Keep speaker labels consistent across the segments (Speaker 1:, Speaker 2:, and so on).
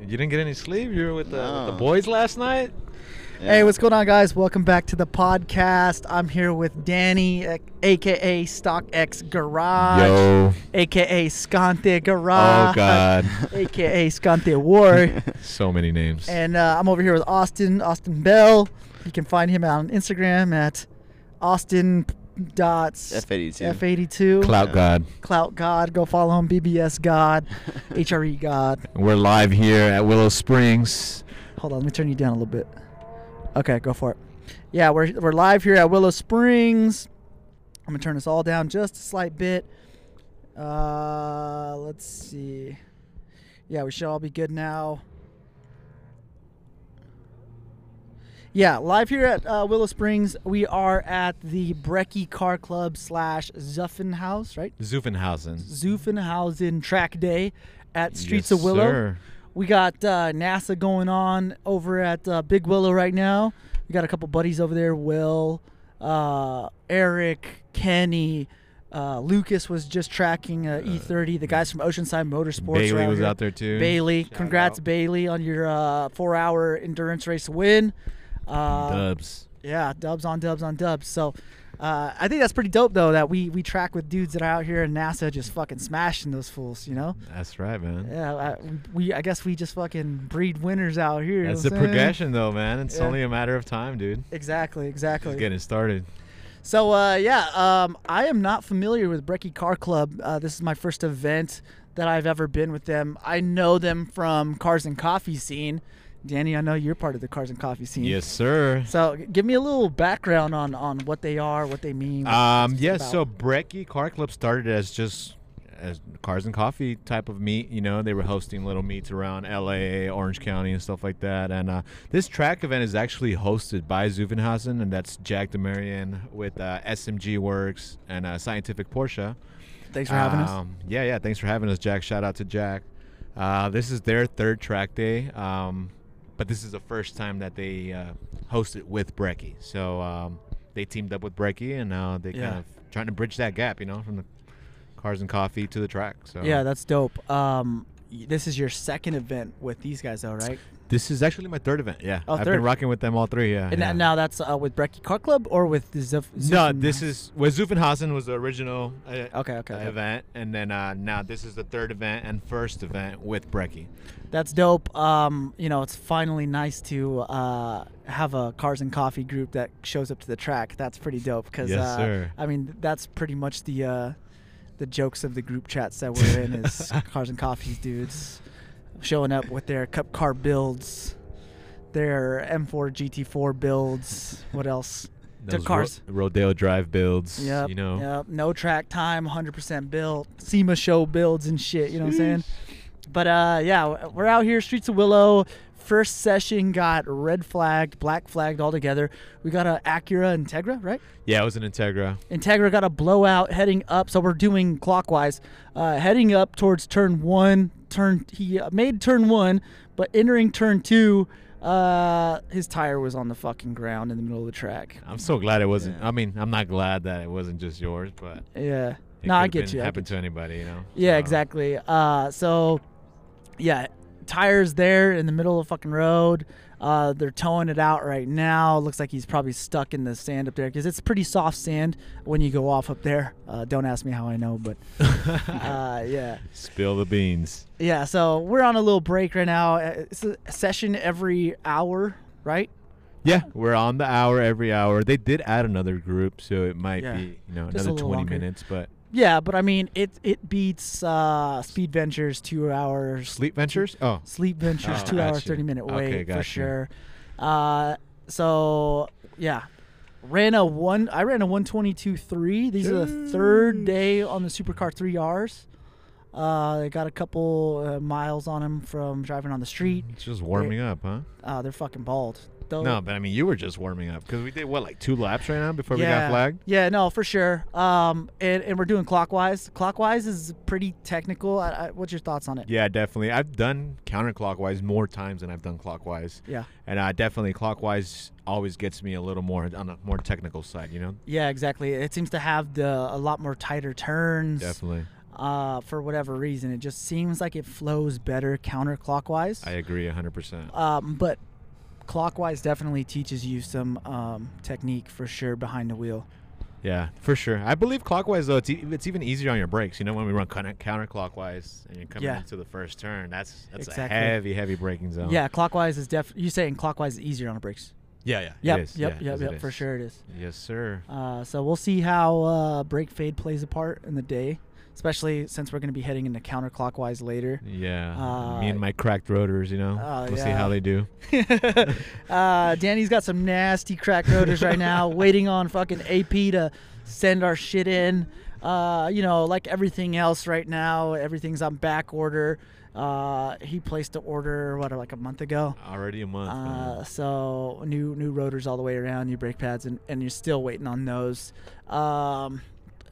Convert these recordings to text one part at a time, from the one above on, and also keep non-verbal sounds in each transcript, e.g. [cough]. Speaker 1: You didn't get any sleep. You were with the, with the
Speaker 2: No.
Speaker 1: boys last night.
Speaker 2: Yeah.
Speaker 3: [laughs]
Speaker 4: Hey, what's [laughs] going on, guys? Welcome back to the podcast. I'm here with Danny, a- aka StockX Garage,
Speaker 5: Yo.
Speaker 4: aka Scante Garage,
Speaker 5: Oh
Speaker 4: [laughs]
Speaker 5: God.
Speaker 4: aka
Speaker 5: [laughs]
Speaker 4: Scante War,
Speaker 5: so many names.
Speaker 4: and uh, I'm over here with Austin, Austin Bell. You can find him on Instagram at Austin dots
Speaker 2: F82.
Speaker 4: F82.
Speaker 5: Clout God.
Speaker 4: Clout God. Go follow him.
Speaker 5: [laughs]
Speaker 4: BBS God. HRE God.
Speaker 5: We're live here at Willow Springs.
Speaker 4: Hold on, let me turn you down a little bit. Okay, go for it. Yeah, we're, we're live here at Willow Springs. I'm gonna turn this all down just a slight bit. Uh, let's see. Yeah, we should all be good now. Yeah, live here at uh, Willow Springs. We are at the Brecky Car Club slash Zuffenhaus, right?
Speaker 1: Zuffenhausen.
Speaker 4: Zuffenhausen Track Day at Streets
Speaker 1: Yes,
Speaker 4: of Willow.
Speaker 1: sir.
Speaker 4: We got uh, NASA going on over at uh, Big Willow right now. We got a couple buddies over there Will, uh, Eric, Kenny. Uh, Lucas was just tracking uh, E30. The guys from Oceanside Motorsports.
Speaker 1: Bailey
Speaker 4: are
Speaker 1: was
Speaker 4: here.
Speaker 1: out there too.
Speaker 4: Bailey, congrats,
Speaker 1: out.
Speaker 4: Bailey, on your uh, four-hour endurance race win. Uh,
Speaker 1: Dubs.
Speaker 4: yeah, dubs on dubs on dubs. So uh, I think that's pretty dope though that we we track with dudes that are out here in NASA just fucking smashing those fools, you know?
Speaker 1: That's right, man.
Speaker 4: Yeah, I, we I guess we just fucking breed winners out here. you know
Speaker 1: That's the
Speaker 4: what I'm saying?
Speaker 1: progression, though, man. It's
Speaker 4: Yeah.
Speaker 1: only a matter of time, dude.
Speaker 4: Exactly,
Speaker 1: Just
Speaker 4: exactly.
Speaker 1: getting started.
Speaker 4: So uh, yeah, um, I am not familiar with Brecky Car Club. Uh, this is my first event that I've ever been with them. I know them from Cars and Coffee scene. Danny, I know you're part of the Cars and Coffee scene.
Speaker 1: Yes, sir.
Speaker 4: So g- give me a little background on on what they are, what they mean. what
Speaker 1: Um,
Speaker 4: it's
Speaker 1: yeah,
Speaker 4: about.
Speaker 1: so Brecky Car Club started as just as cars and coffee type of meet. You know, they were hosting little meets around LA, Orange County, and stuff like that. And uh, this track event is actually hosted by Zuvenhausen, and that's Jack Demarian with uh, SMG Works and uh, Scientific Porsche.
Speaker 4: thanks for having us.
Speaker 1: Um, Yeah, yeah. Thanks for having us, Jack. Shout out to Jack. Uh, this is their third track day, um, but this is the first time that they uh, hosted with Brecky. So um, they teamed up with Brecky, and now they
Speaker 4: Yeah.
Speaker 1: kind of trying to bridge that gap, you know, from the cars and coffee to the track. So
Speaker 4: Yeah, that's dope. Um, y- this is your second event with these guys, though, right?
Speaker 1: this is actually my third event. Yeah,
Speaker 4: Oh,
Speaker 1: I've
Speaker 4: third.
Speaker 1: been rocking with them all three. Yeah.
Speaker 4: And
Speaker 1: yeah.
Speaker 4: tha- now that's uh, with Brecky Car Club or with the Zuf-
Speaker 1: no,
Speaker 4: Zufen-
Speaker 1: this is well, Zuffenhausen was the original uh,
Speaker 4: Okay, okay, okay.
Speaker 1: event, and then uh, now this is the third event and first event with Brecky.
Speaker 4: that's dope. Um, you know, it's finally nice to uh, have a cars and coffee group that shows up to the track. That's pretty dope because
Speaker 1: Yes,
Speaker 4: uh,
Speaker 1: sir.
Speaker 4: I mean that's pretty much the uh, the jokes of the group chats that we're in
Speaker 1: [laughs]
Speaker 4: is cars and coffees dudes showing up with their cup car builds, their M4 GT4 builds. What else? Their
Speaker 1: Those
Speaker 4: cars.
Speaker 1: Ro- Rodeo Drive builds.
Speaker 4: Yep.
Speaker 1: You know.
Speaker 4: Yep. No track time, 100% built. SEMA show builds and shit. You know what I'm saying? But uh, yeah, w- we're out here, Streets of Willow. First session got red flagged, black flagged all together. We got a Acura Integra, right?
Speaker 1: Yeah, it was an Integra.
Speaker 4: Integra got a blowout heading up, so we're doing clockwise, uh, heading up towards turn one. Turn he uh, made turn one, but entering turn two, uh, his tire was on the fucking ground in the middle of the track.
Speaker 1: I'm so glad it wasn't.
Speaker 2: Yeah.
Speaker 1: I mean, I'm not glad that it wasn't just yours, but it
Speaker 4: Yeah,
Speaker 1: could
Speaker 4: no, I
Speaker 1: have
Speaker 4: get
Speaker 1: been-
Speaker 4: you. I get
Speaker 1: Happened to anybody, you know?
Speaker 4: Yeah,
Speaker 1: So,
Speaker 4: exactly. Uh, so, yeah, tires there in the middle of the fucking road. Uh, they're towing it out right now. Looks like he's probably stuck in the sand up there because it's pretty soft sand when you go off up there. Uh, don't ask me how I know, but uh, yeah,
Speaker 1: Spill the beans.
Speaker 4: yeah. So we're on a little break right now. Uh, It's a session every hour, right? Ah.
Speaker 1: Yeah, we're on the hour every hour. They did add another group, so it might
Speaker 4: Yeah.
Speaker 1: be you know
Speaker 4: Just a
Speaker 1: another 20
Speaker 4: little longer.
Speaker 1: minutes. But
Speaker 4: Yeah, but I mean, it it beats uh, Speed Ventures two hours
Speaker 1: Sleep Ventures. Oh,
Speaker 4: Sleep Ventures,
Speaker 1: Oh,
Speaker 4: two hour,
Speaker 1: gotcha.
Speaker 4: 30 minute
Speaker 1: Okay,
Speaker 4: wait for
Speaker 1: gotcha.
Speaker 4: sure. Uh, so, yeah. Ran a one. I ran a 122.3. These are the third day on the Supercar 3Rs. Uh, they got a couple uh, miles on them from driving on the street.
Speaker 1: it's just warming up, huh?
Speaker 4: Uh, they're fucking bald. Though,
Speaker 1: No, but I mean, you were just warming up because we did what like two laps right now before we got flagged.
Speaker 4: Yeah, no, for sure. Um, and, and we're doing clockwise. Clockwise is pretty technical. I, I, what's your thoughts on it?
Speaker 1: Yeah, definitely. I've done counterclockwise more times than I've done clockwise.
Speaker 4: Yeah.
Speaker 1: and uh, definitely clockwise always gets me a little more on the more technical side, you know.
Speaker 4: Yeah, exactly. It seems to have the a lot more tighter turns.
Speaker 1: Definitely.
Speaker 4: uh, for whatever reason. It just seems like it flows better counterclockwise.
Speaker 1: I agree 100%.
Speaker 4: Um, but clockwise definitely teaches you some um, technique for sure behind the wheel.
Speaker 1: Yeah, for sure. I believe clockwise though, it's, e- it's even easier on your brakes. You know, when we run counter- counterclockwise and you're coming
Speaker 4: Yeah.
Speaker 1: into the first turn, that's that's
Speaker 4: Exactly.
Speaker 1: a heavy, heavy braking zone.
Speaker 4: Yeah, clockwise is def. You saying clockwise is easier on the brakes?
Speaker 1: yeah, yeah.
Speaker 4: Yep,
Speaker 1: it is.
Speaker 4: yep,
Speaker 1: yeah,
Speaker 4: yep,
Speaker 1: yes,
Speaker 4: yep.
Speaker 1: it
Speaker 4: For
Speaker 1: is.
Speaker 4: sure, it is.
Speaker 1: Yes, sir.
Speaker 4: Uh, so we'll see how uh, brake fade plays a part in the day, especially since we're going to be heading into counterclockwise later.
Speaker 1: Yeah,
Speaker 4: uh,
Speaker 1: me and my cracked rotors. You know,
Speaker 4: Oh,
Speaker 1: we'll see
Speaker 4: yeah.
Speaker 1: how they do.
Speaker 4: [laughs] uh, Danny's got some nasty crack rotors right now, waiting on fucking AP to send our shit in. Uh, you know, like everything else right now, everything's on back order. Uh, he placed the order what like a month ago.
Speaker 1: Already a month. man. [laughs]
Speaker 4: Uh, so new new rotors all the way around, new brake pads, and, and you're still waiting on those. Um,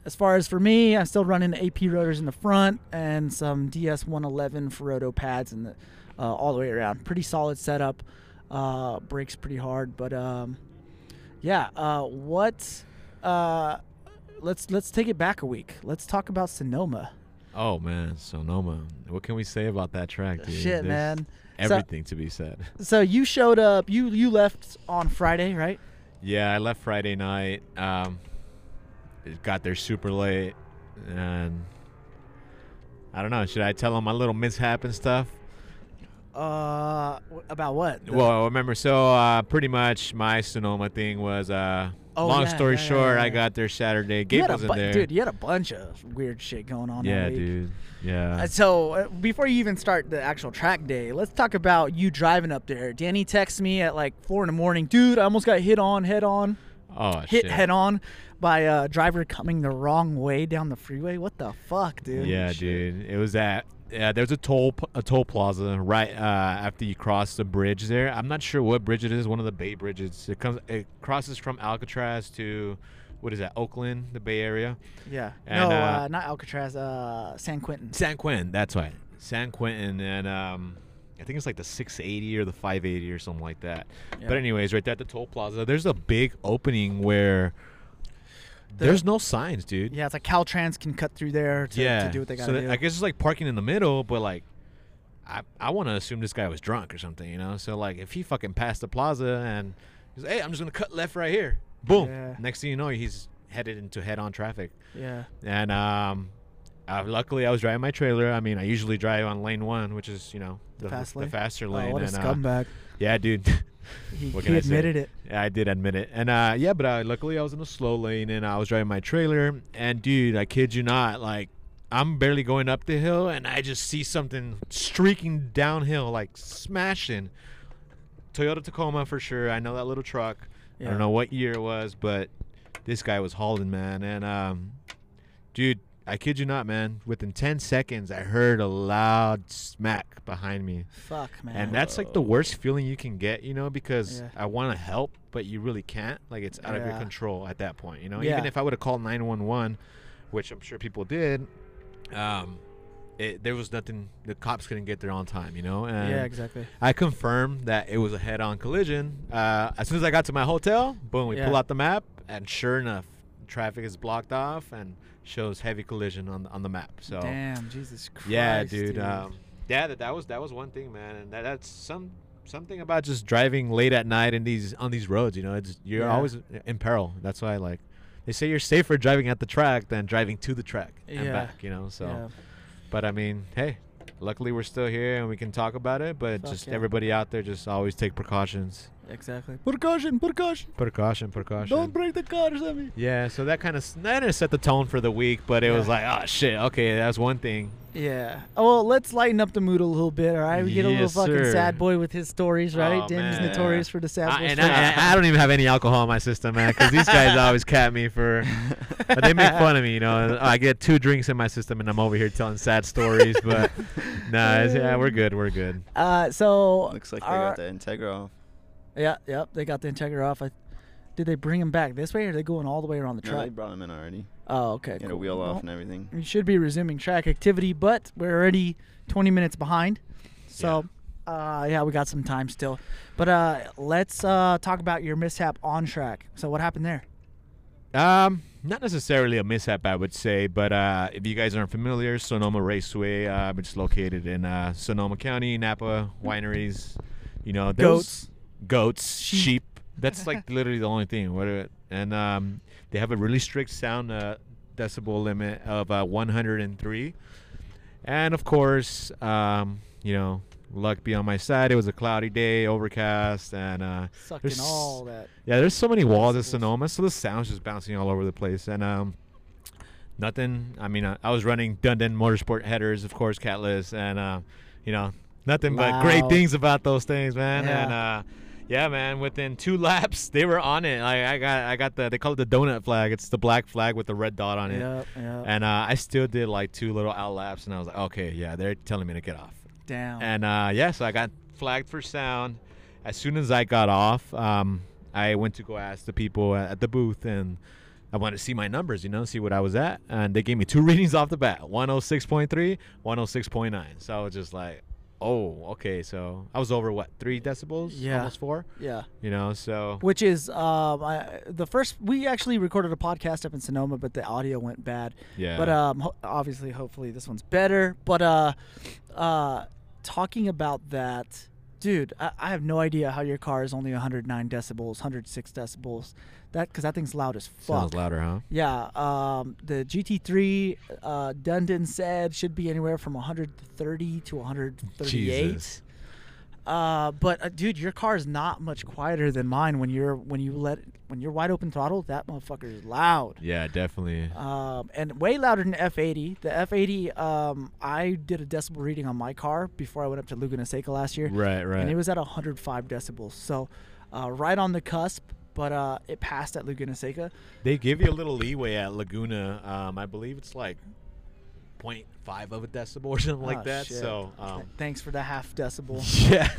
Speaker 4: as far as for me, I'm still running AP rotors in the front and some DS111 Ferodo pads and the, uh, all the way around. Pretty solid setup. Uh, brakes pretty hard, but um, yeah. Uh, what? Uh, let's let's take it back a week. Let's talk about Sonoma.
Speaker 1: oh man, Sonoma. What can we say about that track, dude?
Speaker 4: Shit,
Speaker 1: There's
Speaker 4: man. So,
Speaker 1: Everything to be said. [laughs]
Speaker 4: so you showed up. You you left on Friday, right?
Speaker 1: Yeah, I left Friday night. Um, it got there super late, and I don't know. Should I tell them my little mishap and stuff?
Speaker 4: Uh, w- about what? The-
Speaker 1: Well, remember, so uh, pretty much my Sonoma thing was. Uh,
Speaker 4: Oh,
Speaker 1: long
Speaker 4: yeah,
Speaker 1: story
Speaker 4: yeah, yeah,
Speaker 1: short,
Speaker 4: yeah,
Speaker 1: I
Speaker 4: yeah.
Speaker 1: got there Saturday.
Speaker 4: you
Speaker 1: Gabe
Speaker 4: had a
Speaker 1: wasn't
Speaker 4: bu-
Speaker 1: there.
Speaker 4: dude. You had a bunch of weird shit going on. that
Speaker 1: yeah,
Speaker 4: week.
Speaker 1: dude. Yeah.
Speaker 4: Uh, So uh, before you even start the actual track day, let's talk about you driving up there. Danny texts me at like four in the morning, dude. I almost got hit on, head on,
Speaker 1: oh
Speaker 4: hit
Speaker 1: shit.
Speaker 4: head on by a driver coming the wrong way down the freeway. What the fuck, dude?
Speaker 1: Yeah, dude. It was at yeah. There's a toll p- a toll plaza right uh, after you cross the bridge there. I'm not sure what bridge it is. One of the Bay bridges. It comes. It crosses from Alcatraz to what is that? Oakland, the Bay Area.
Speaker 4: Yeah.
Speaker 1: And,
Speaker 4: no,
Speaker 1: uh,
Speaker 4: uh, not Alcatraz. Uh, San Quentin.
Speaker 1: San Quentin. That's right. San Quentin and um, I think it's like the 680 or the 580 or something like that.
Speaker 4: Yeah.
Speaker 1: But anyways, right there at the toll plaza, there's a big opening where there's no signs, dude.
Speaker 4: Yeah, it's like Caltrans can cut through there to, to do what they gotta
Speaker 1: so that-
Speaker 4: do.
Speaker 1: I guess it's like parking in the middle, but like, I I want to assume this guy was drunk or something, you know. So like, if he fucking passed the plaza and he's hey, I'm just gonna cut left right here, boom.
Speaker 4: Yeah.
Speaker 1: Next thing you know, he's headed into head-on traffic.
Speaker 4: yeah.
Speaker 1: And um, uh, luckily I was driving my trailer. I mean, I usually drive on lane one, which is you know the,
Speaker 4: fast
Speaker 1: the
Speaker 4: lane?
Speaker 1: faster
Speaker 4: Oh,
Speaker 1: lane.
Speaker 4: what a
Speaker 1: and, uh,
Speaker 4: scumbag.
Speaker 1: yeah, dude. [laughs]
Speaker 4: he
Speaker 1: what
Speaker 4: he
Speaker 1: can I say?
Speaker 4: admitted it.
Speaker 1: Yeah, I did admit it. And uh, yeah, but uh, luckily I was in a slow lane and I was driving my trailer. And dude, I kid you not, like I'm barely going up the hill and I just see something streaking downhill, like smashing. Toyota Tacoma for sure. I know that little truck. I
Speaker 4: Yeah.
Speaker 1: don't know what year it was, but this guy was hauling, man. And um, dude, I kid you not, man. Within 10 seconds, I heard a loud smack behind me.
Speaker 4: Fuck, man.
Speaker 1: And that's like the worst feeling you can get, you know, because
Speaker 4: Yeah.
Speaker 1: I want to help, but you really can't. Like it's out of your
Speaker 4: Yeah.
Speaker 1: control at that point, you know.
Speaker 4: Yeah.
Speaker 1: Even if I would have called nine one one, which I'm sure people did, um, it, there was nothing. The cops couldn't get there on time, you know. And
Speaker 4: yeah, exactly.
Speaker 1: I confirmed that it was a head-on collision. Uh, as soon as I got to my hotel, boom, we pull
Speaker 4: Yeah.
Speaker 1: out the map, and sure enough, traffic is blocked off and shows heavy collision on on the map. So.
Speaker 4: Damn, Jesus Christ.
Speaker 1: Yeah, dude. Um, yeah, that, that was that was one thing, man, and that, that's some something about just driving late at night in these on these roads. You know, it's you're
Speaker 4: Yeah.
Speaker 1: always in peril. That's why, like, they say you're safer driving at the track than driving to the track and
Speaker 4: Yeah.
Speaker 1: back. You know, so.
Speaker 4: Yeah.
Speaker 1: But I mean, hey, luckily we're still here and we can talk about it. But
Speaker 4: Fuck
Speaker 1: just
Speaker 4: yeah.
Speaker 1: everybody out there, just always take precautions.
Speaker 4: exactly.
Speaker 5: Percussion, percussion.
Speaker 1: Precaution, precaution.
Speaker 5: break the cars on me.
Speaker 1: yeah, so that kind of that didn't set the tone for the week, but it was
Speaker 4: Yeah.
Speaker 1: like, oh shit, okay, that's one thing.
Speaker 4: Yeah. Oh, well, let's lighten up the mood a little bit, all right? We get a little
Speaker 1: Yes,
Speaker 4: fucking
Speaker 1: sir.
Speaker 4: sad boy with his stories, right?
Speaker 1: Oh,
Speaker 4: Danny's
Speaker 1: man.
Speaker 4: notorious for the sad
Speaker 1: I,
Speaker 4: boy
Speaker 1: and
Speaker 4: stories.
Speaker 1: I, I- I don't even have any alcohol in my system, man, because these guys always cat me for. but They make fun of me, you know. and I get two drinks in my system, and I'm over here telling sad stories.
Speaker 4: [laughs]
Speaker 1: But nah, it's, yeah, we're good. We're good.
Speaker 4: uh, so
Speaker 2: Looks like they
Speaker 4: our-
Speaker 2: got the Integra off.
Speaker 4: Yeah, yep. They got the Integra off. I, did they bring him back this way, or are they going all the way around the
Speaker 2: No, they
Speaker 4: track?
Speaker 2: brought him in already.
Speaker 4: oh, okay.
Speaker 2: Get a
Speaker 4: cool. Mm.
Speaker 2: wheel off
Speaker 4: Well,
Speaker 2: and everything.
Speaker 4: We should be resuming track activity, but we're already 20 minutes behind. So, uh, yeah, we got some time still. But uh, let's uh, talk about your mishap on track. So, what happened there?
Speaker 1: Um, not necessarily a mishap, I would say, but uh, if you guys aren't familiar, Sonoma Raceway, uh, it's located in uh, Sonoma County, Napa wineries. You know, there's- goats, sheep. That's like literally the only thing. What? are- And um, they have a really strict sound uh, decibel limit of uh, 103. And of course, um, you know, luck be on my side. It was a cloudy day, overcast, and uh,
Speaker 4: Sucking
Speaker 1: there's-
Speaker 4: all that.
Speaker 1: yeah, there's so many walls at
Speaker 4: Decibels.
Speaker 1: Sonoma, so the sound's just bouncing all over the place, and um, nothing. I mean, I, I was running Dundon Motorsport headers, of course, Catless, and uh, you know, nothing but great
Speaker 4: Loud.
Speaker 1: things about those things, man.
Speaker 4: Yeah.
Speaker 1: And uh, yeah, man, within two [laughs] laps, they were on it. Like I got, I got the they call it the donut flag. It's the black flag with the red dot on it.
Speaker 4: Yep, yep.
Speaker 1: And uh, I still did like two little out laps, and I was like, okay, yeah, they're telling me to get off.
Speaker 4: Down.
Speaker 1: And uh, yeah, so I got flagged for sound. As soon as I got off, um, I went to go ask the people at at the booth, and I wanted to see my numbers, you know, see what I was at. And they gave me two [laughs] readings off the bat 106.3, 106.9. So I was just like, oh, okay. So I was over what, three decibels?
Speaker 4: Yeah.
Speaker 1: Almost four,
Speaker 4: yeah.
Speaker 1: you know, so.
Speaker 4: Which is um, I, the first we actually recorded a podcast up in Sonoma, but the audio went bad.
Speaker 1: Yeah.
Speaker 4: But um, ho- obviously, hopefully, this one's better. But uh, uh, talking about that, dude, I, I have no idea how your car is only 109 decibels, 106 decibels. That because that thing's loud as fuck.
Speaker 1: Sounds louder, huh?
Speaker 4: Yeah, um, the GT3 uh, Dundon said should be anywhere from 130 to 138.
Speaker 1: Jesus.
Speaker 4: Uh, but uh, dude, your car is not much quieter than mine when you're when you let when you're wide open throttle. That motherfucker is loud.
Speaker 1: Yeah, definitely.
Speaker 4: Um, and way louder than the F80. The F80, um, I did a decibel reading on my car before I went up to Laguna Seca last year,
Speaker 1: right, right.
Speaker 4: and it was at 105 decibels. So, uh, right on the cusp, but uh, it passed at Laguna Seca.
Speaker 1: They give you a little leeway at Laguna. Um, I believe it's like 0.5 of a decibel or something
Speaker 4: Oh,
Speaker 1: like that.
Speaker 4: shit.
Speaker 1: So, um,
Speaker 4: Th- thanks for the half decibel.
Speaker 1: [laughs] yeah.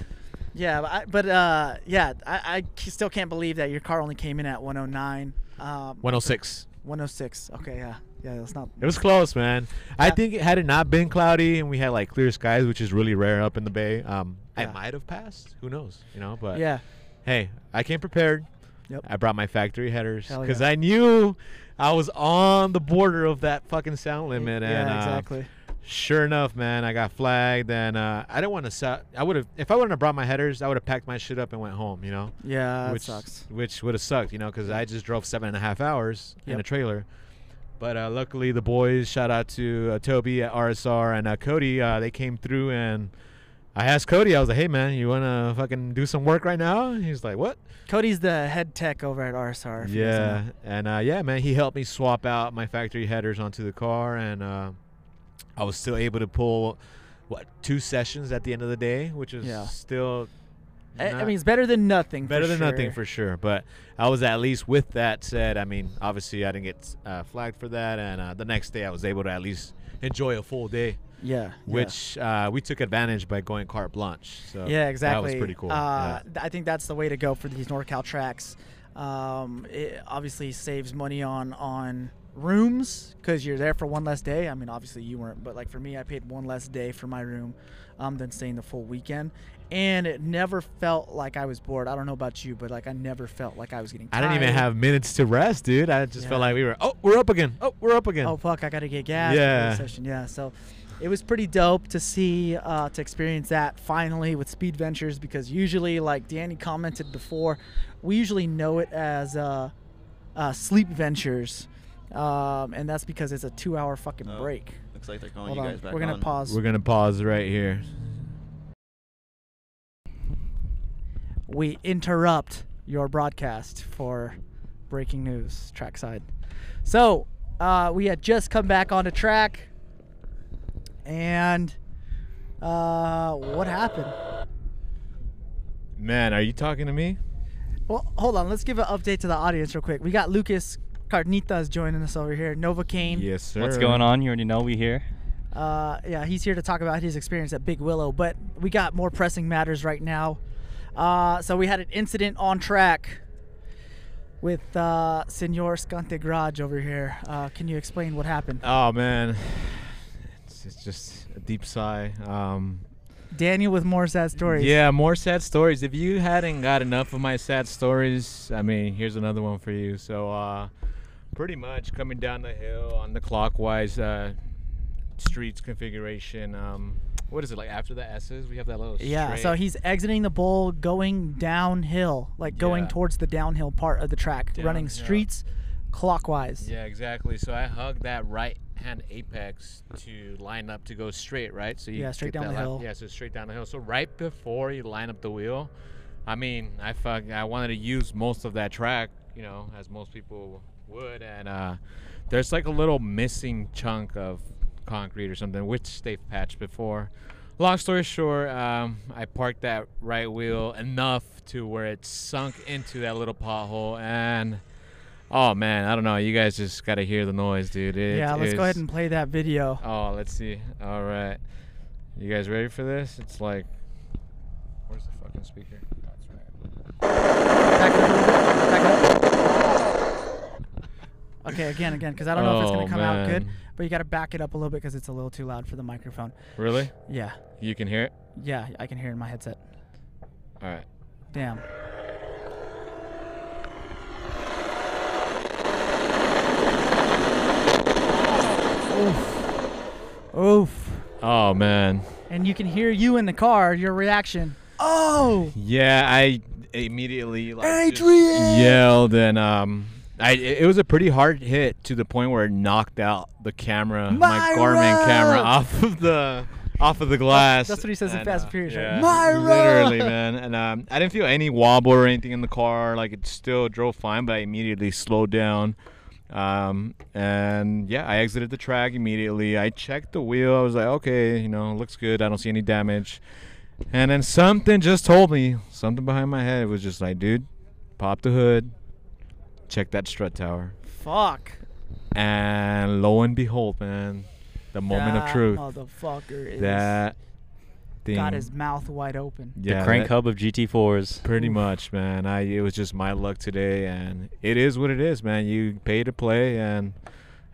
Speaker 4: Yeah, but, I, but uh, yeah, I, I c- still can't believe that your car only came in at 109. Um,
Speaker 1: 106.
Speaker 4: 106. Okay, yeah, yeah, that's not.
Speaker 1: It was close, man. I
Speaker 4: Yeah.
Speaker 1: think had it not been cloudy and we had like clear skies, which is really rare up in the bay, um, I
Speaker 4: Yeah.
Speaker 1: might have passed. Who knows? You know, but
Speaker 4: Yeah,
Speaker 1: hey, I came prepared.
Speaker 4: Yep.
Speaker 1: I brought my factory headers
Speaker 4: Hell
Speaker 1: because
Speaker 4: yeah.
Speaker 1: I knew I was on the border of that fucking sound limit. and,
Speaker 4: yeah,
Speaker 1: uh,
Speaker 4: exactly.
Speaker 1: Sure enough, man, I got flagged, and uh, I didn't want to. Su- I would have, if I wouldn't have brought my headers, I would have packed my shit up and went home. You know,
Speaker 4: Yeah, that
Speaker 1: which
Speaker 4: sucks.
Speaker 1: which would have sucked, you know, because I just drove seven and a half hours in a
Speaker 4: Yep.
Speaker 1: trailer. But uh, luckily, the boys, shout out to uh, Toby at RSR and uh, Cody, uh, they came through and I asked Cody, I was like, "Hey, man, you wanna fucking do some work right now?" He's like, "What?"
Speaker 4: Cody's the head tech over at RSR. if you guys
Speaker 1: Yeah,
Speaker 4: don't know.
Speaker 1: and uh, yeah, man, he helped me swap out my factory headers onto the car, and uh, I was still able to pull what two sessions at the end of the day, which is
Speaker 4: Yeah.
Speaker 1: still.
Speaker 4: I, I
Speaker 1: not
Speaker 4: mean, it's better than nothing.
Speaker 1: better
Speaker 4: for
Speaker 1: than
Speaker 4: sure.
Speaker 1: nothing for sure. But I was at least with that said. I mean, obviously, I didn't get uh, flagged for that, and uh, the next day I was able to at least enjoy a full day,
Speaker 4: Yeah, yeah.
Speaker 1: which uh, we took advantage by going carte blanche. So
Speaker 4: Yeah, exactly.
Speaker 1: That was pretty cool.
Speaker 4: Uh,
Speaker 1: yeah.
Speaker 4: th- I think that's the way to go for these NorCal tracks. Um, it obviously saves money on on rooms because you're there for one less day. I mean, obviously you weren't, but like for me, I paid one less day for my room um, than staying the full weekend, and it never felt like I was bored. I don't know about you, but like I never felt like I was getting.
Speaker 1: I didn't even
Speaker 4: tired.
Speaker 1: have minutes to rest, dude. I just
Speaker 4: Yeah.
Speaker 1: felt like we were. Oh, we're up again. Oh, we're up again.
Speaker 4: Oh fuck! I gotta get gas.
Speaker 1: Yeah.
Speaker 4: Yeah. session. Yeah. So, it was pretty dope to see uh, to experience that finally with Speed Ventures because usually, like Danny commented before, we usually know it as uh, uh, Sleep Ventures, um, and that's because it's a two-hour fucking
Speaker 2: Oh,
Speaker 4: break.
Speaker 2: Looks like they're calling
Speaker 4: Hold
Speaker 2: you
Speaker 4: on,
Speaker 2: guys back
Speaker 4: we're gonna
Speaker 2: on.
Speaker 4: pause.
Speaker 1: We're gonna pause right here.
Speaker 4: we interrupt your broadcast for breaking news trackside. So uh, we had just come back onto track, and uh, what happened?
Speaker 1: Man, are you talking to me?
Speaker 4: Well, hold on. Let's give an update to the audience real quick. We got Lucas Carnitas joining us over here. Nova Kane.
Speaker 1: Yes, sir.
Speaker 2: What's going on? You already know we here.
Speaker 4: Uh, yeah, he's here to talk about his experience at Big Willow, but we got more pressing matters right now. Uh, so we had an incident on track with uh, Senor Scantegraj over here. Uh, can you explain what happened?
Speaker 1: Oh man, it's, it's just a deep sigh. Um,
Speaker 4: Daniel with more sad stories.
Speaker 1: Yeah, more sad stories. If you hadn't got enough of my sad stories, I mean, here's another one for you. So, uh, Pretty much coming down the hill on the clockwise uh, streets configuration. Um, what is it like after the S's? We have that little
Speaker 4: Yeah,
Speaker 1: straight-
Speaker 4: so he's exiting the bowl, going downhill, like going
Speaker 1: Yeah.
Speaker 4: towards the downhill part of the track, running
Speaker 1: Downhill.
Speaker 4: streets clockwise.
Speaker 1: Yeah, exactly. So I hugged that right hand apex to line up to go straight, right? So you
Speaker 4: Yeah, straight
Speaker 1: get
Speaker 4: down
Speaker 1: that
Speaker 4: the
Speaker 1: li-
Speaker 4: hill.
Speaker 1: Yeah, so straight down the hill. So right before you line up the wheel, I mean, I fuck, I wanted to use most of that track, you know, as most people would, and uh, there's like a little missing chunk of concrete or something, which they've patched before. Long story short, um, I parked that right wheel enough to where it sunk into that little pothole and. Oh man, I don't know. You guys just gotta hear the noise, dude. It
Speaker 4: yeah, let's go ahead
Speaker 1: is-
Speaker 4: and play that video.
Speaker 1: Oh, let's see. All right, you guys ready for this? It's like, where's the fucking speaker?
Speaker 4: Back it up a little bit, back it up. Okay, again, again, because I don't know if it's gonna
Speaker 1: Oh,
Speaker 4: come out good,
Speaker 1: man.
Speaker 4: but you gotta back it up a little bit because it's a little too loud for the microphone.
Speaker 1: Really?
Speaker 4: Yeah,
Speaker 1: You can hear it?
Speaker 4: yeah, I can hear it in my headset.
Speaker 1: All right.
Speaker 4: Damn. Oof. Oof.
Speaker 1: Oh man.
Speaker 4: And you can hear you in the car, your reaction. Oh!
Speaker 1: Yeah, I immediately like just
Speaker 4: Adrian!
Speaker 1: yelled and um. I, it it was a pretty hard hit to the point where it knocked out the camera, my Garmin
Speaker 4: Myra!
Speaker 1: camera, [laughs] off of the off of the glass.
Speaker 4: that's what he says in Fast and Furious, right?
Speaker 1: yeah,
Speaker 4: Myra!
Speaker 1: Literally, man. And um, I didn't feel any wobble or anything in the car. Like it still drove fine, but I immediately slowed down. Um, and yeah, I exited the track immediately. I checked the wheel. I was like, okay, you know, looks good. I don't see any damage. And then something just told me, something behind my head was just like, dude, pop the hood, check that strut tower.
Speaker 4: Fuck.
Speaker 1: And lo and behold, man, the moment of
Speaker 4: That
Speaker 1: truth.
Speaker 4: Motherfucker is
Speaker 1: That thing.
Speaker 4: got his mouth wide open.
Speaker 1: yeah,
Speaker 2: the crank
Speaker 1: that-
Speaker 2: hub of GT4s.
Speaker 1: [laughs] Pretty much, man. I it was just my luck today, and it is what it is, man. You pay to play, and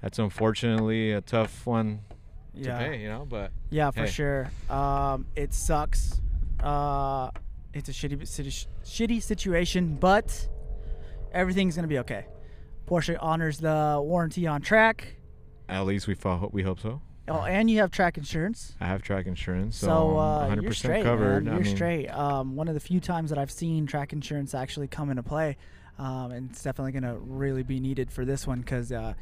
Speaker 1: that's unfortunately a tough one
Speaker 4: Yeah.
Speaker 1: to pay, you know. But
Speaker 4: Yeah, for
Speaker 1: Hey.
Speaker 4: sure. Um, it sucks. Uh, it's a shitty, city, shitty situation, but everything's gonna be okay. Porsche honors the warranty on track.
Speaker 1: at least we fo- we hope so.
Speaker 4: Oh, and you have track insurance.
Speaker 1: I have track insurance, so, um, I'm
Speaker 4: So uh,
Speaker 1: 100%
Speaker 4: you're straight,
Speaker 1: covered.
Speaker 4: man.
Speaker 1: I
Speaker 4: You're
Speaker 1: mean,
Speaker 4: straight. Um, one of the few times that I've seen track insurance actually come into play, um, and it's definitely gonna really be needed for this one because uh,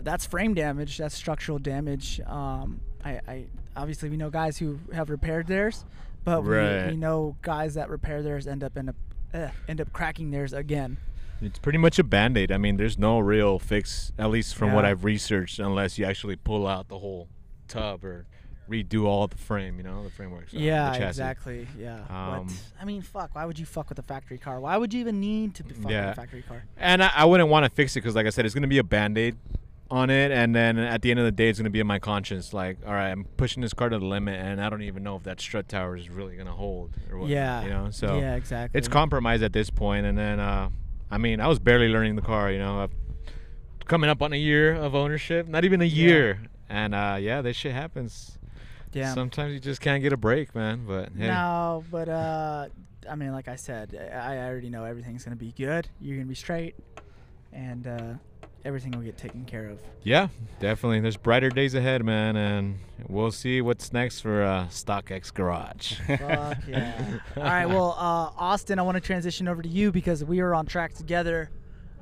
Speaker 4: that's frame damage, that's structural damage. Um, I, I obviously we know guys who have repaired theirs, but we,
Speaker 1: Right.
Speaker 4: we know guys that repair theirs end up end up uh, end up cracking theirs again.
Speaker 1: It's pretty much a band aid. I mean, there's no real fix, at least from what
Speaker 4: Yeah.
Speaker 1: I've researched, unless you actually pull out the whole tub or redo all the frame, you know, the framework. so the
Speaker 4: yeah,
Speaker 1: chassis.
Speaker 4: exactly. Yeah.
Speaker 1: Um,
Speaker 4: what? I mean, fuck. Why would you fuck with a factory car? Why would you even need to be fucking with
Speaker 1: Yeah.
Speaker 4: a factory car?
Speaker 1: And I, I wouldn't want to fix it because, like I said, it's going to be a band aid on it. And then at the end of the day, it's going to be in my conscience. Like, all right, I'm pushing this car to the limit, and I don't even know if that strut tower is really going to hold or what.
Speaker 4: yeah.
Speaker 1: You know, so
Speaker 4: yeah, exactly.
Speaker 1: it's compromised at this point. And then, uh, I mean, I was barely learning the car, you know, I've- coming up on a year of ownership, not even a year. And uh, yeah, this shit happens.
Speaker 4: Damn.
Speaker 1: Sometimes you just can't get a break, man. But hey.
Speaker 4: No, but uh, I mean, like I said, I, I already know everything's gonna be good. You're gonna be straight, and uh, everything will get taken care of.
Speaker 1: Yeah, definitely. There's brighter days ahead, man, and we'll see what's next for uh, StockX Garage. [laughs]
Speaker 4: Fuck [laughs] yeah! All right, [laughs] well, uh, Austin, I want to transition over to you because we were on track together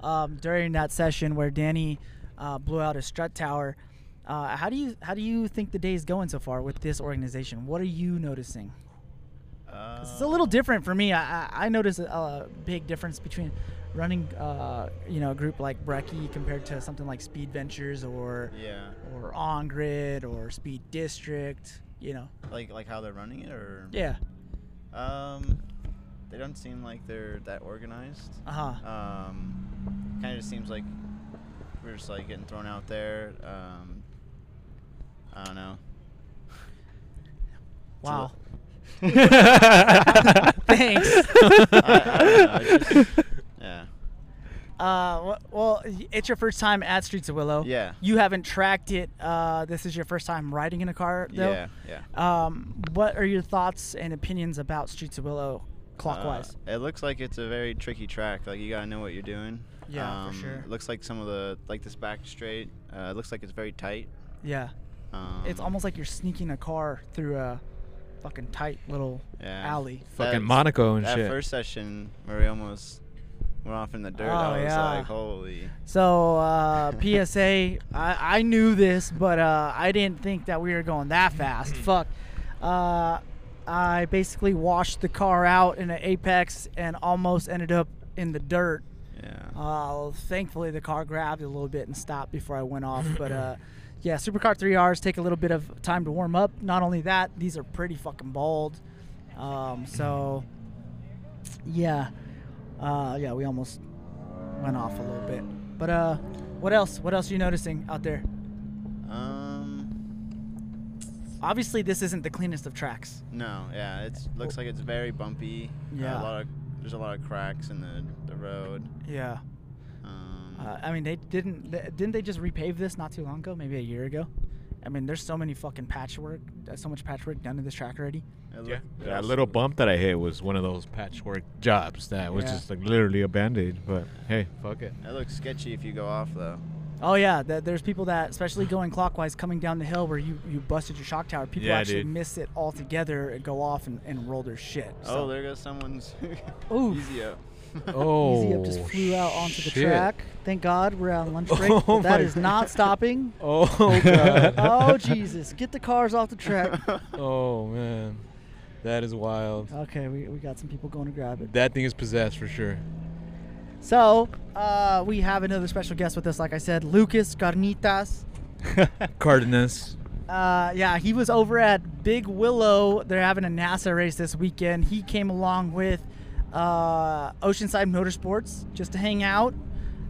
Speaker 4: um, during that session where Danny uh, blew out his strut tower. Uh, how do you how do you think the day is going so far with this organization? What are you noticing?
Speaker 3: Uh,
Speaker 4: It's a little different for me. I, I, I notice a, a big difference between running, uh, you know, a group like Brecky compared to something like Speed Ventures or
Speaker 3: Yeah,
Speaker 4: or On Grid or Speed District. You know,
Speaker 3: like like how they're running it, or
Speaker 4: yeah,
Speaker 3: um, they don't seem like they're that organized.
Speaker 4: uh huh,
Speaker 3: Um, kind of just seems like we're just like getting thrown out there. Um, I don't know. a
Speaker 4: wow.
Speaker 3: lot.
Speaker 4: Thanks.
Speaker 3: [laughs] I, I don't know. it's
Speaker 4: [laughs]
Speaker 3: just- yeah,
Speaker 4: Uh, wh- well, y- it's your first time at Streets of Willow.
Speaker 3: Yeah.
Speaker 4: You haven't tracked it. Uh, this is your first time riding in a car, though.
Speaker 3: yeah, yeah.
Speaker 4: Um, what are your thoughts and opinions about Streets of Willow clockwise.
Speaker 3: Uh, it looks like it's a very tricky track. Like you gotta know what you're doing.
Speaker 4: Yeah, for
Speaker 3: Um,
Speaker 4: sure.
Speaker 3: It looks like some of the like this back straight. Uh, it looks like it's very tight.
Speaker 4: yeah,
Speaker 3: Um,
Speaker 4: it's almost like you're sneaking a car through a fucking tight little
Speaker 3: yeah.
Speaker 4: alley.
Speaker 1: Fucking
Speaker 3: That's-
Speaker 1: Monaco and
Speaker 3: that
Speaker 1: shit.
Speaker 3: first session where we almost went off in the dirt,
Speaker 4: Oh,
Speaker 3: I was
Speaker 4: yeah.
Speaker 3: like, holy.
Speaker 4: So uh, PSA, I, I knew this, but uh, I didn't think that we were going that fast. Fuck. Uh, I basically washed the car out in an apex and almost ended up in the dirt.
Speaker 3: Yeah.
Speaker 4: Uh, thankfully, the car grabbed a little bit and stopped before I went off. But uh, yeah, supercar 3Rs take a little bit of time to warm up. Not only that, these are pretty fucking bold. Um, so yeah, uh, yeah, we almost went off a little bit. But uh, what else? What else are you noticing out there?
Speaker 3: Um.
Speaker 4: Obviously, this isn't the cleanest of tracks.
Speaker 3: No. Yeah. It looks like it's very bumpy. Uh,
Speaker 4: Yeah.
Speaker 3: a lot of there's a lot of cracks in the the road.
Speaker 4: Yeah.
Speaker 3: Um,
Speaker 4: Uh, I mean, they didn't th- didn't they just repave this not too long ago? Maybe a year ago. I mean, there's so many fucking patchwork, uh, so much patchwork done to this track already.
Speaker 3: it look-
Speaker 1: Yeah.
Speaker 3: it
Speaker 1: That
Speaker 3: also-
Speaker 1: little bump that I hit was one of those patchwork jobs that was
Speaker 4: Yeah.
Speaker 1: just like literally a band aid. But hey, fuck it.
Speaker 3: It looks sketchy if you go off though.
Speaker 4: Oh yeah, th- there's people that, especially going clockwise, coming down the hill where you, you busted your shock tower. People
Speaker 1: Yeah,
Speaker 4: actually
Speaker 1: dude.
Speaker 4: miss it altogether, and go off and, and roll their shit.
Speaker 3: Oh,
Speaker 4: So.
Speaker 3: there goes someone's [laughs]
Speaker 4: Oof.
Speaker 3: easy up. [laughs]
Speaker 1: Oh,
Speaker 4: Easy up just flew out onto the
Speaker 1: shit.
Speaker 4: track. Thank God we're on lunch
Speaker 1: [laughs]
Speaker 4: break.
Speaker 1: Oh,
Speaker 4: but that
Speaker 1: my
Speaker 4: is not stopping.
Speaker 1: [laughs] Oh
Speaker 4: [laughs]
Speaker 1: god.
Speaker 4: oh Jesus! Get the cars off the track.
Speaker 1: [laughs] oh man, that is wild.
Speaker 4: Okay, we, we got some people going to grab it.
Speaker 1: That thing is possessed for sure.
Speaker 4: So uh, we have another special guest with us. Like I said, Lucas Carnitas.
Speaker 1: Cardenas.
Speaker 4: Uh, yeah, he was over at Big Willow. They're having a NASA race this weekend. He came along with uh, Oceanside Motorsports just to hang out.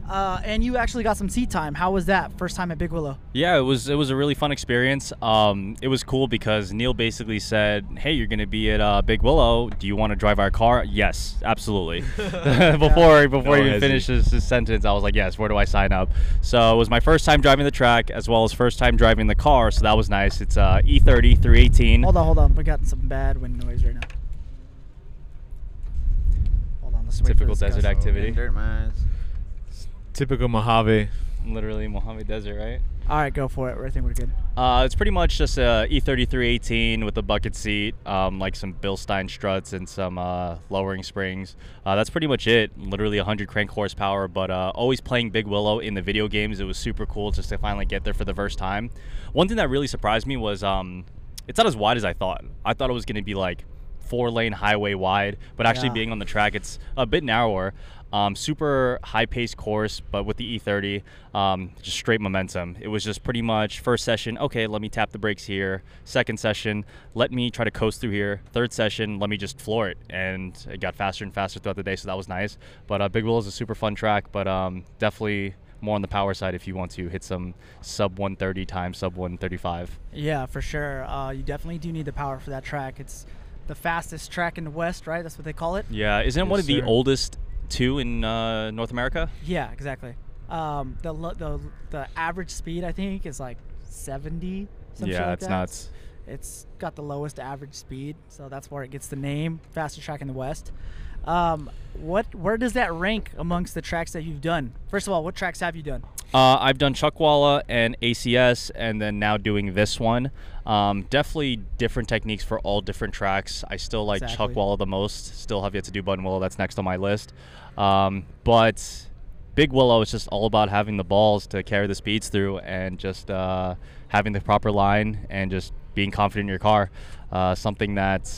Speaker 4: Uh, and you actually got some seat time. How was that first time at Big Willow?
Speaker 2: [laughs] Yeah, it was it was a really fun experience. Um, it was cool because Neil basically said, "Hey, you're gonna be at uh, Big Willow. Do you want to drive our car?" Yes, absolutely.
Speaker 1: [laughs]
Speaker 2: [laughs] before before
Speaker 1: No
Speaker 2: he even
Speaker 1: hesi.
Speaker 2: finishes his sentence, I was like, "Yes, where do I sign up?" So it was my first time driving the track as well as first time driving the car. So that was nice. It's uh, E30 318.
Speaker 4: Hold on, hold on. We got some bad wind noise right now. Hold on, let's wait for
Speaker 2: Typical
Speaker 4: this
Speaker 2: desert
Speaker 4: gust.
Speaker 2: act. Activity.
Speaker 3: Dirt in my eyes.
Speaker 1: Typical Mojave.
Speaker 2: Literally Mojave Desert, right?
Speaker 4: All right, go for it. I think we're good.
Speaker 2: Uh, it's pretty much just a E3318 with a bucket seat, um, like some Bilstein struts and some uh, lowering springs. Uh, that's pretty much it. Literally 100 crank horsepower, but uh, always playing Big Willow in the video games. It was super cool just to finally get there for the first time. One thing that really surprised me was um, it's not as wide as I thought. I thought it was going to be like four lane highway wide, but actually
Speaker 4: Yeah.
Speaker 2: being on the track, it's a bit narrower. Um, super high paced course, but with the E30, um, just straight momentum. It was just pretty much first session, okay, let me tap the brakes here. Second session, let me try to coast through here. Third session, let me just floor it. And it got faster and faster throughout the day, so that was nice. But uh, Big Willow is a super fun track, but um, definitely more on the power side if you want to hit some sub 130 times, sub 135.
Speaker 4: Yeah, for sure. Uh, you definitely do need the power for that track. It's the fastest track in the West, right? That's what they call it.
Speaker 2: Yeah, isn't it one
Speaker 1: Yes,
Speaker 2: of the
Speaker 1: sir.
Speaker 2: oldest two in uh, North America?
Speaker 4: Yeah, exactly. Um, the lo- the the average speed I think is like 70. Some shit like that. It's got the lowest average speed, so that's where it gets the name fastest track in the West. Um, what where does that rank amongst the tracks that you've done? First of all, what tracks have you done?
Speaker 2: Uh, I've done Chuckwalla and ACS, and then now doing this one. Um, definitely different techniques for all different tracks. I still like
Speaker 4: Exactly.
Speaker 2: Chuckwalla the most. Still have yet to do Button Willow. That's next on my list. Um, but Big Willow is just all about having the balls to carry the speeds through and just uh, having the proper line and just being confident in your car. Uh, something that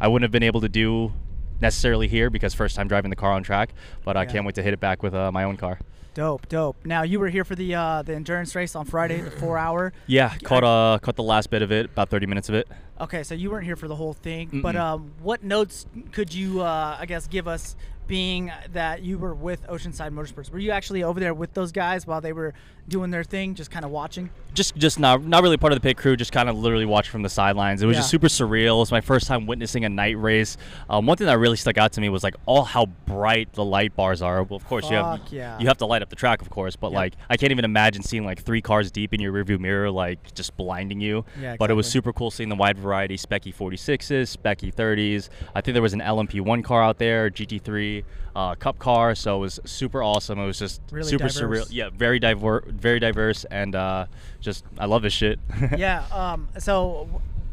Speaker 2: I wouldn't have been able to do necessarily here because first time driving the car on track. But I
Speaker 4: Yeah.
Speaker 2: can't wait to hit it back with uh, my own car.
Speaker 4: Dope, dope. Now you were here for the uh, the endurance race on Friday, the four hour.
Speaker 2: Yeah, caught uh caught the last bit of it, about 30 minutes of it.
Speaker 4: Okay, so you weren't here for the whole thing, but
Speaker 2: Mm-mm.
Speaker 4: um, what notes could you, uh, I guess, give us, being that you were with Oceanside Motorsports? Were you actually over there with those guys while they were doing their thing, just kind of watching?
Speaker 2: Just just not not really part of the pit crew, just kind of literally watched from the sidelines. It was just
Speaker 4: Yeah.
Speaker 2: super surreal. It's my first time witnessing a night race. Um, one thing that really stuck out to me was like all how bright the light bars are. Well, of course you have
Speaker 4: Fuck yeah.
Speaker 2: you have to light up at the track, of course. But
Speaker 4: Yep.
Speaker 2: like, I can't even imagine seeing like three cars deep in your rearview mirror, like just blinding you.
Speaker 4: Yeah,
Speaker 2: But it was
Speaker 4: exactly.
Speaker 2: super cool seeing the wide variety: Specky 46s, Specky 30s. I think there was an LMP1 car out there, GT3 uh, Cup car. So it was super awesome. It was just
Speaker 4: Really
Speaker 2: super surreal.
Speaker 4: diverse.
Speaker 2: Yeah, very diverse, very diverse, and uh, just I love this shit. [laughs]
Speaker 4: yeah. Um, so,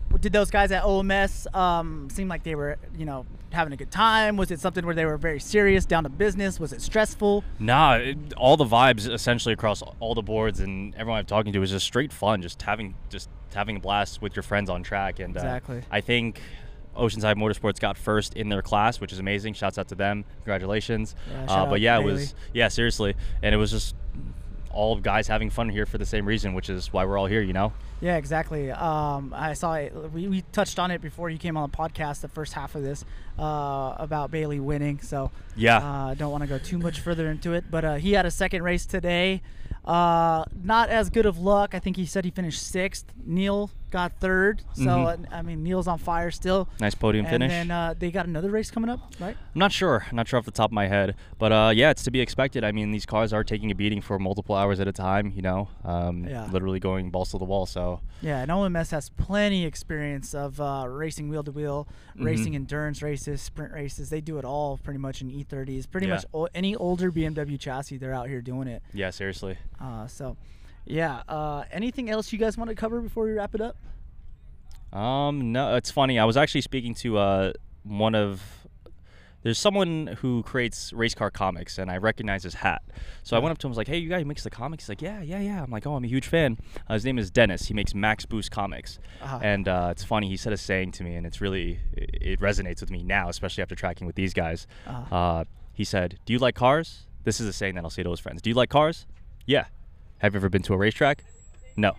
Speaker 4: w- did those guys at OMS um, seem like they were, you know, having a good time? Was it something where they were very serious, down to business? Was it stressful?
Speaker 2: Nah, it, all the vibes essentially across all the boards and everyone I'm talking to is just straight fun, just having just having a blast with your friends on track. And
Speaker 4: Exactly.
Speaker 2: uh, I think Oceanside Motorsports got first in their class, which is amazing. Shouts out to them, congratulations.
Speaker 4: Yeah,
Speaker 2: uh,
Speaker 4: shout
Speaker 2: but
Speaker 4: out
Speaker 2: yeah, it
Speaker 4: Bailey.
Speaker 2: was yeah seriously, and it was just all guys having fun here for the same reason, which is why we're all here. You know.
Speaker 4: Yeah, exactly. Um, I saw it. We, we touched on it before you came on the podcast, the first half of this, uh, about Bailey winning. So
Speaker 2: Yeah.
Speaker 4: uh, don't want to go too much further into it. But uh, he had a second race today. Uh, not as good of luck. I think he said he finished sixth. Neil got third. So
Speaker 2: Mhm.
Speaker 4: I I mean, Neil's on fire still.
Speaker 2: Nice podium
Speaker 4: and
Speaker 2: finish.
Speaker 4: then uh, they got another race coming up, right?
Speaker 2: I'm not sure. I'm not sure off the top of my head, but uh, yeah, it's to be expected. I mean, these cars are taking a beating for multiple hours at a time. You know, um,
Speaker 4: Yeah.
Speaker 2: literally going balls to the wall. So
Speaker 4: Yeah, and OMS has plenty experience of uh, racing wheel to wheel, racing
Speaker 2: Mhm.
Speaker 4: endurance races, sprint races. They do it all pretty much in E30s. Pretty
Speaker 2: Yeah.
Speaker 4: much o- any older BMW chassis, they're out here doing it.
Speaker 2: yeah, seriously.
Speaker 4: Uh, so, yeah. Uh, anything else you guys want to cover before we wrap it up?
Speaker 2: Um, no, it's funny. I was actually speaking to uh, one of there's someone who creates race car comics, and I recognize his hat. So I went up to him, was like, "Hey, you guy who makes the comics?" He's like, "Yeah, yeah, yeah." I'm like, "Oh, I'm a huge fan." Uh, his name is Dennis. He makes Max Boost comics,
Speaker 4: Ah.
Speaker 2: and uh, it's funny. He said a saying to me, and it's really it, it resonates with me now, especially after tracking with these guys.
Speaker 4: Ah.
Speaker 2: Uh, he said, "Do you like cars?" This is a saying that I'll say to his friends. "Do you like cars?" Yeah. Have you ever been to a racetrack? No.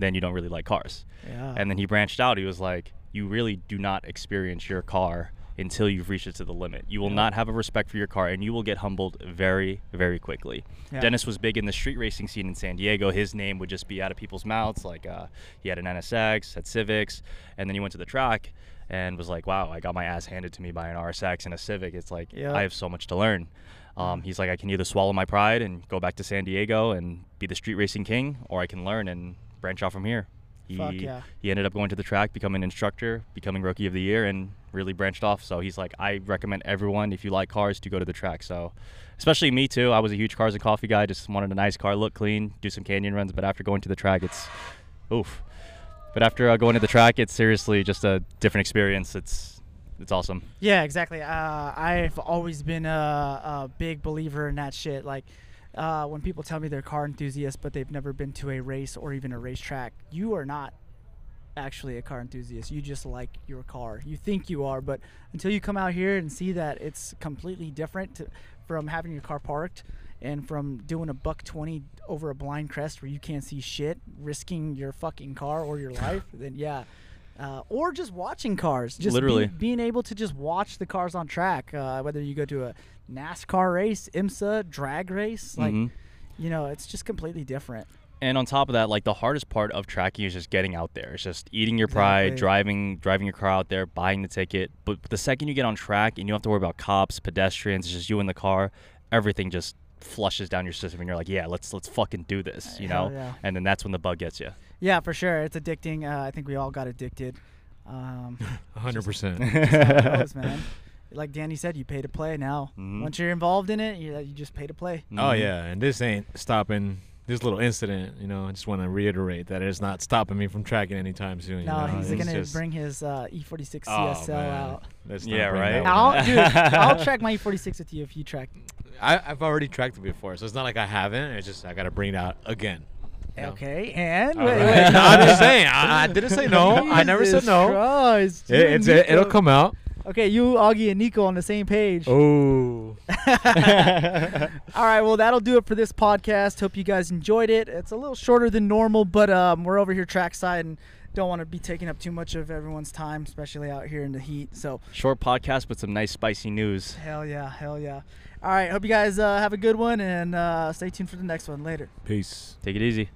Speaker 2: Then you don't really like cars.
Speaker 4: Yeah.
Speaker 2: And then he branched out. He was like, "You really do not experience your car until you've reached it to the limit. You will not have a respect for your car, and you will get humbled very, very quickly."
Speaker 4: Yeah.
Speaker 2: Dennis was big in the street racing scene in San Diego. His name would just be out of people's mouths. Like uh, he had an NSX, had Civics, and then he went to the track and was like, "Wow, I got my ass handed to me by an RSX and a Civic." It's like
Speaker 4: Yeah.
Speaker 2: I have so much to learn. Um, he's like, I can either swallow my pride and go back to San Diego and be the street racing king, or I can learn and branch off from here. He,
Speaker 4: Fuck yeah.
Speaker 2: he ended up going to the track, becoming an instructor, becoming rookie of the year, and really branched off. So he's like, I recommend everyone if you like cars to go to the track. So, especially me too. I was a huge cars and coffee guy. Just wanted a nice car, look clean, do some canyon runs. But after going to the track, it's oof. But after uh, going to the track, it's seriously just a different experience. It's it's awesome.
Speaker 4: Yeah, exactly. Uh, I've always been a, a big believer in that shit. Like, uh, when people tell me they're car enthusiasts, but they've never been to a race or even a racetrack, you are not actually a car enthusiast. You just like your car. You think you are, but until you come out here and see that it's completely different to, from having your car parked and from doing a buck 20 over a blind crest where you can't see shit, risking your fucking car or your life, then yeah. Uh, or just watching cars. Just
Speaker 2: Literally.
Speaker 4: be- being able to just watch the cars on track, uh, whether you go to a NASCAR race, IMSA, drag race, like,
Speaker 2: Mhm.
Speaker 1: Mm-hmm.
Speaker 4: you know, it's just completely different.
Speaker 2: and on top of that, like the hardest part of tracking is just getting out there. It's just eating your pride,
Speaker 4: Exactly.
Speaker 2: driving, driving your car out there, buying the ticket. But the second you get on track and you don't have to worry about cops, pedestrians, it's just you in the car, everything just flushes down your system, and you're like, yeah, let's let's fucking do this, you
Speaker 4: Hell
Speaker 2: know.
Speaker 4: yeah.
Speaker 2: And then that's when the bug gets you.
Speaker 4: Yeah, for sure. It's addicting. Uh, I think we all got addicted.
Speaker 1: [laughs]
Speaker 4: Um,
Speaker 1: hundred percent.
Speaker 4: that's how it goes,
Speaker 2: [laughs]
Speaker 4: man. Like Danny said, you pay to play now.
Speaker 1: Mm-hmm.
Speaker 2: Mhm.
Speaker 4: Once you're involved in it, you, you just pay to play.
Speaker 2: Mm-hmm.
Speaker 1: Oh yeah, and this ain't stopping this little incident. You know, I just want to reiterate that it's not stopping me from tracking anytime soon. you
Speaker 4: No,
Speaker 1: know?
Speaker 4: he's
Speaker 1: It's
Speaker 4: gonna
Speaker 1: just-
Speaker 4: bring his uh, E46
Speaker 1: Oh,
Speaker 4: CSL
Speaker 1: man.
Speaker 4: out.
Speaker 1: Let's
Speaker 2: Yeah,
Speaker 1: not bring
Speaker 2: right?
Speaker 1: that one [laughs]
Speaker 4: I'll,
Speaker 1: up.
Speaker 4: dude, I'll track my E46 with you if you track.
Speaker 1: I, I've already tracked it before, so it's not like I haven't. It's just I gotta bring it out again. you know?
Speaker 4: Okay, and
Speaker 1: All
Speaker 4: wait,
Speaker 1: right.
Speaker 4: [laughs] wait.
Speaker 1: No, I'm just saying. I, I didn't say no. I never said
Speaker 4: Jesus
Speaker 1: no.
Speaker 4: Christ,
Speaker 1: It,
Speaker 4: you
Speaker 1: it's,
Speaker 4: and
Speaker 1: it, it'll
Speaker 4: Nico.
Speaker 1: come
Speaker 4: [laughs]
Speaker 1: out.
Speaker 4: Okay, you, Augie, and Nico on the same page.
Speaker 1: Oh.
Speaker 4: [laughs]
Speaker 1: [laughs]
Speaker 4: All right, well, that'll do it for this podcast. Hope you guys enjoyed it. It's a little shorter than normal, but um, we're over here trackside and don't want to be taking up too much of everyone's time, especially out here in the heat. So,
Speaker 2: Short podcast, but some nice spicy news.
Speaker 4: hell yeah, hell yeah. All right, hope you guys uh, have a good one and uh, stay tuned for the next one. Later.
Speaker 1: Peace.
Speaker 2: Take it easy.